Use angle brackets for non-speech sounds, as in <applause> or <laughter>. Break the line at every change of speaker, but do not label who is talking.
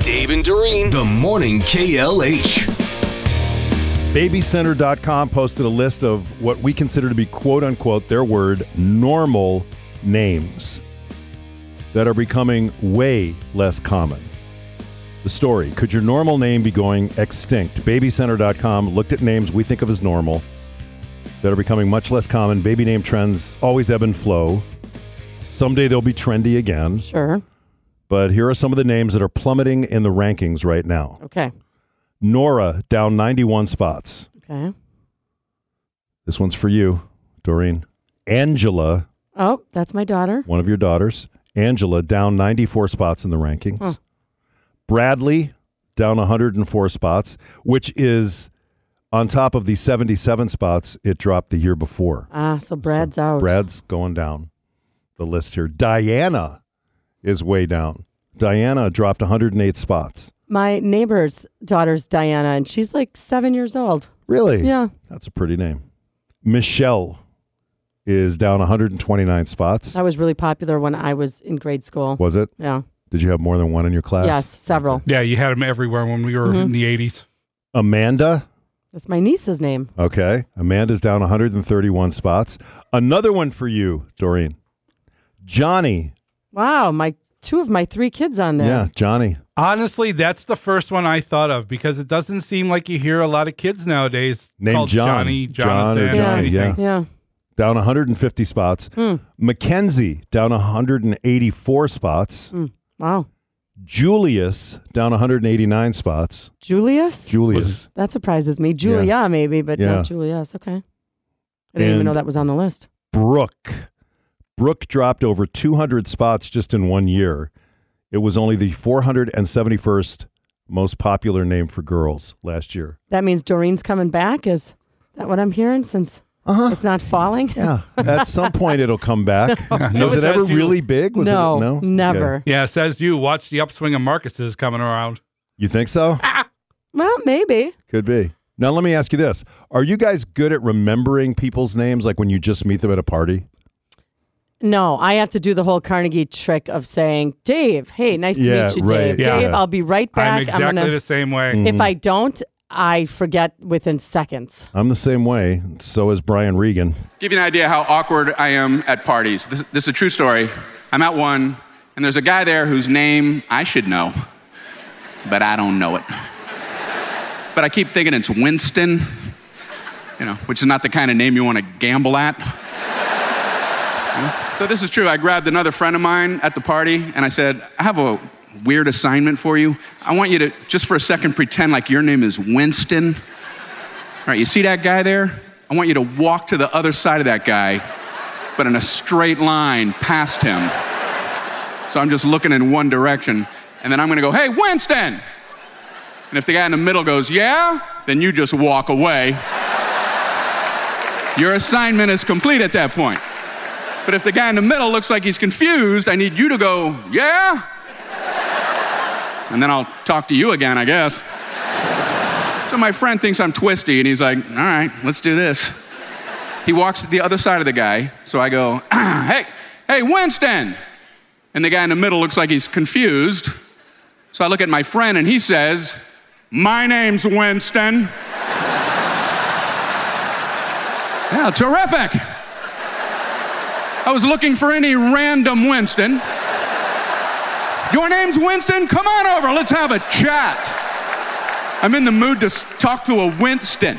Dave and Doreen, the morning KLH.
Babycenter.com posted a list of what we consider to be quote unquote, their word, normal names that are becoming way less common. The story Could your normal name be going extinct? Babycenter.com looked at names we think of as normal that are becoming much less common. Baby name trends always ebb and flow. Someday they'll be trendy again,
Sure.
but here are some of the names that are plummeting in the rankings right now.
Okay.
Nora down 91 spots.
Okay.
This one's for you, Doreen. Angela,
Oh, that's my daughter.
one of your daughters. Angela down 94 spots in the rankings.
Huh.
Bradley down 104 spots, which is on top of the 77 spots it dropped the year before.
Ah, so Brad's out.
Brad's going down the list here. Diana is way down. Diana dropped 108 spots.
My neighbor's daughter's Diana, and she's like seven years old.
Really?
Yeah.
That's a pretty name. Michelle is down 129 spots.
That was really popular when I was in grade school.
Was it?
Yeah.
Did you have more than one in your class?
Yes, several.
Yeah, you had them everywhere when we were in the 80s.
Amanda.
That's my niece's name.
Okay. Amanda's down 131 spots. Another one for you, Doreen. Johnny.
Wow, my two of my three kids on there.
Yeah, Johnny.
Honestly, that's the first one I thought of because it doesn't seem like you hear a lot of kids nowadays
Named
called
John.
Johnny,
John
Jonathan,
or
or
Johnny,
anything.
Yeah.
Down 150 spots.
Hmm.
Mackenzie down 184 spots.
Hmm. Wow.
Julius down 189 spots.
Julius?
Julius.
Was-
that surprises me. Julia, maybe, but
Yeah.
not Julius. Okay. I didn't even
And-
know that was on the list.
Brooke. Brooke dropped over 200 spots just in one year. It was only the 471st most popular name for girls last year.
That means Doreen's coming back. Is that what I'm hearing since it's not falling?
Yeah, at some point it'll come back.
<laughs>
Was it
Notice
ever
as you-
really big? Was
no,
it, no,
never.
Okay.
Yeah, says you. Watch the upswing of Marcus's coming around.
You think so?
Ah. Well, maybe.
Could be. Now let me ask you this: Are you guys good at remembering people's names, like when you just meet them at a party?
No, I have to do the whole Carnegie trick of saying, Dave, hey, nice to
Yeah, Mm-hmm.
meet you,
right,
Dave.
yeah.
Dave, I'll be right back.
I'm exactly
gonna-
the same way.
If I don't, I forget within seconds.
I'm the same way. So is Brian Regan.
Give you an idea how awkward I am at parties. This, this is a true story. I'm at one, and there's a guy there whose name I should know, but I don't know it. But I keep thinking it's Winston, you know, which is not the kind of name you want to gamble at. You know? So this is true. I grabbed another friend of mine at the party, and I said, I have a weird assignment for you. I want you to, just for a second, pretend like your name is Winston. All right, you see that guy there? I want you to walk to the other side of that guy, but in a straight line past him. So I'm just looking in one direction, and then I'm gonna go, hey, Winston! And if the guy in the middle goes, yeah, then you just walk away. Your assignment is complete at that point. But if the guy in the middle looks like he's confused, I need you to go, yeah? And then I'll talk to you again, I guess. So my friend thinks I'm twisty, and he's like, all right, let's do this. He walks to the other side of the guy, so I go, <clears throat> hey, hey, Winston! And the guy in the middle looks like he's confused. So I look at my friend, and he says, my name's Winston. <laughs> yeah, terrific! I was looking for any random Winston. Your name's Winston? Come on over, let's have a chat. I'm in the mood to s- talk to a Winston.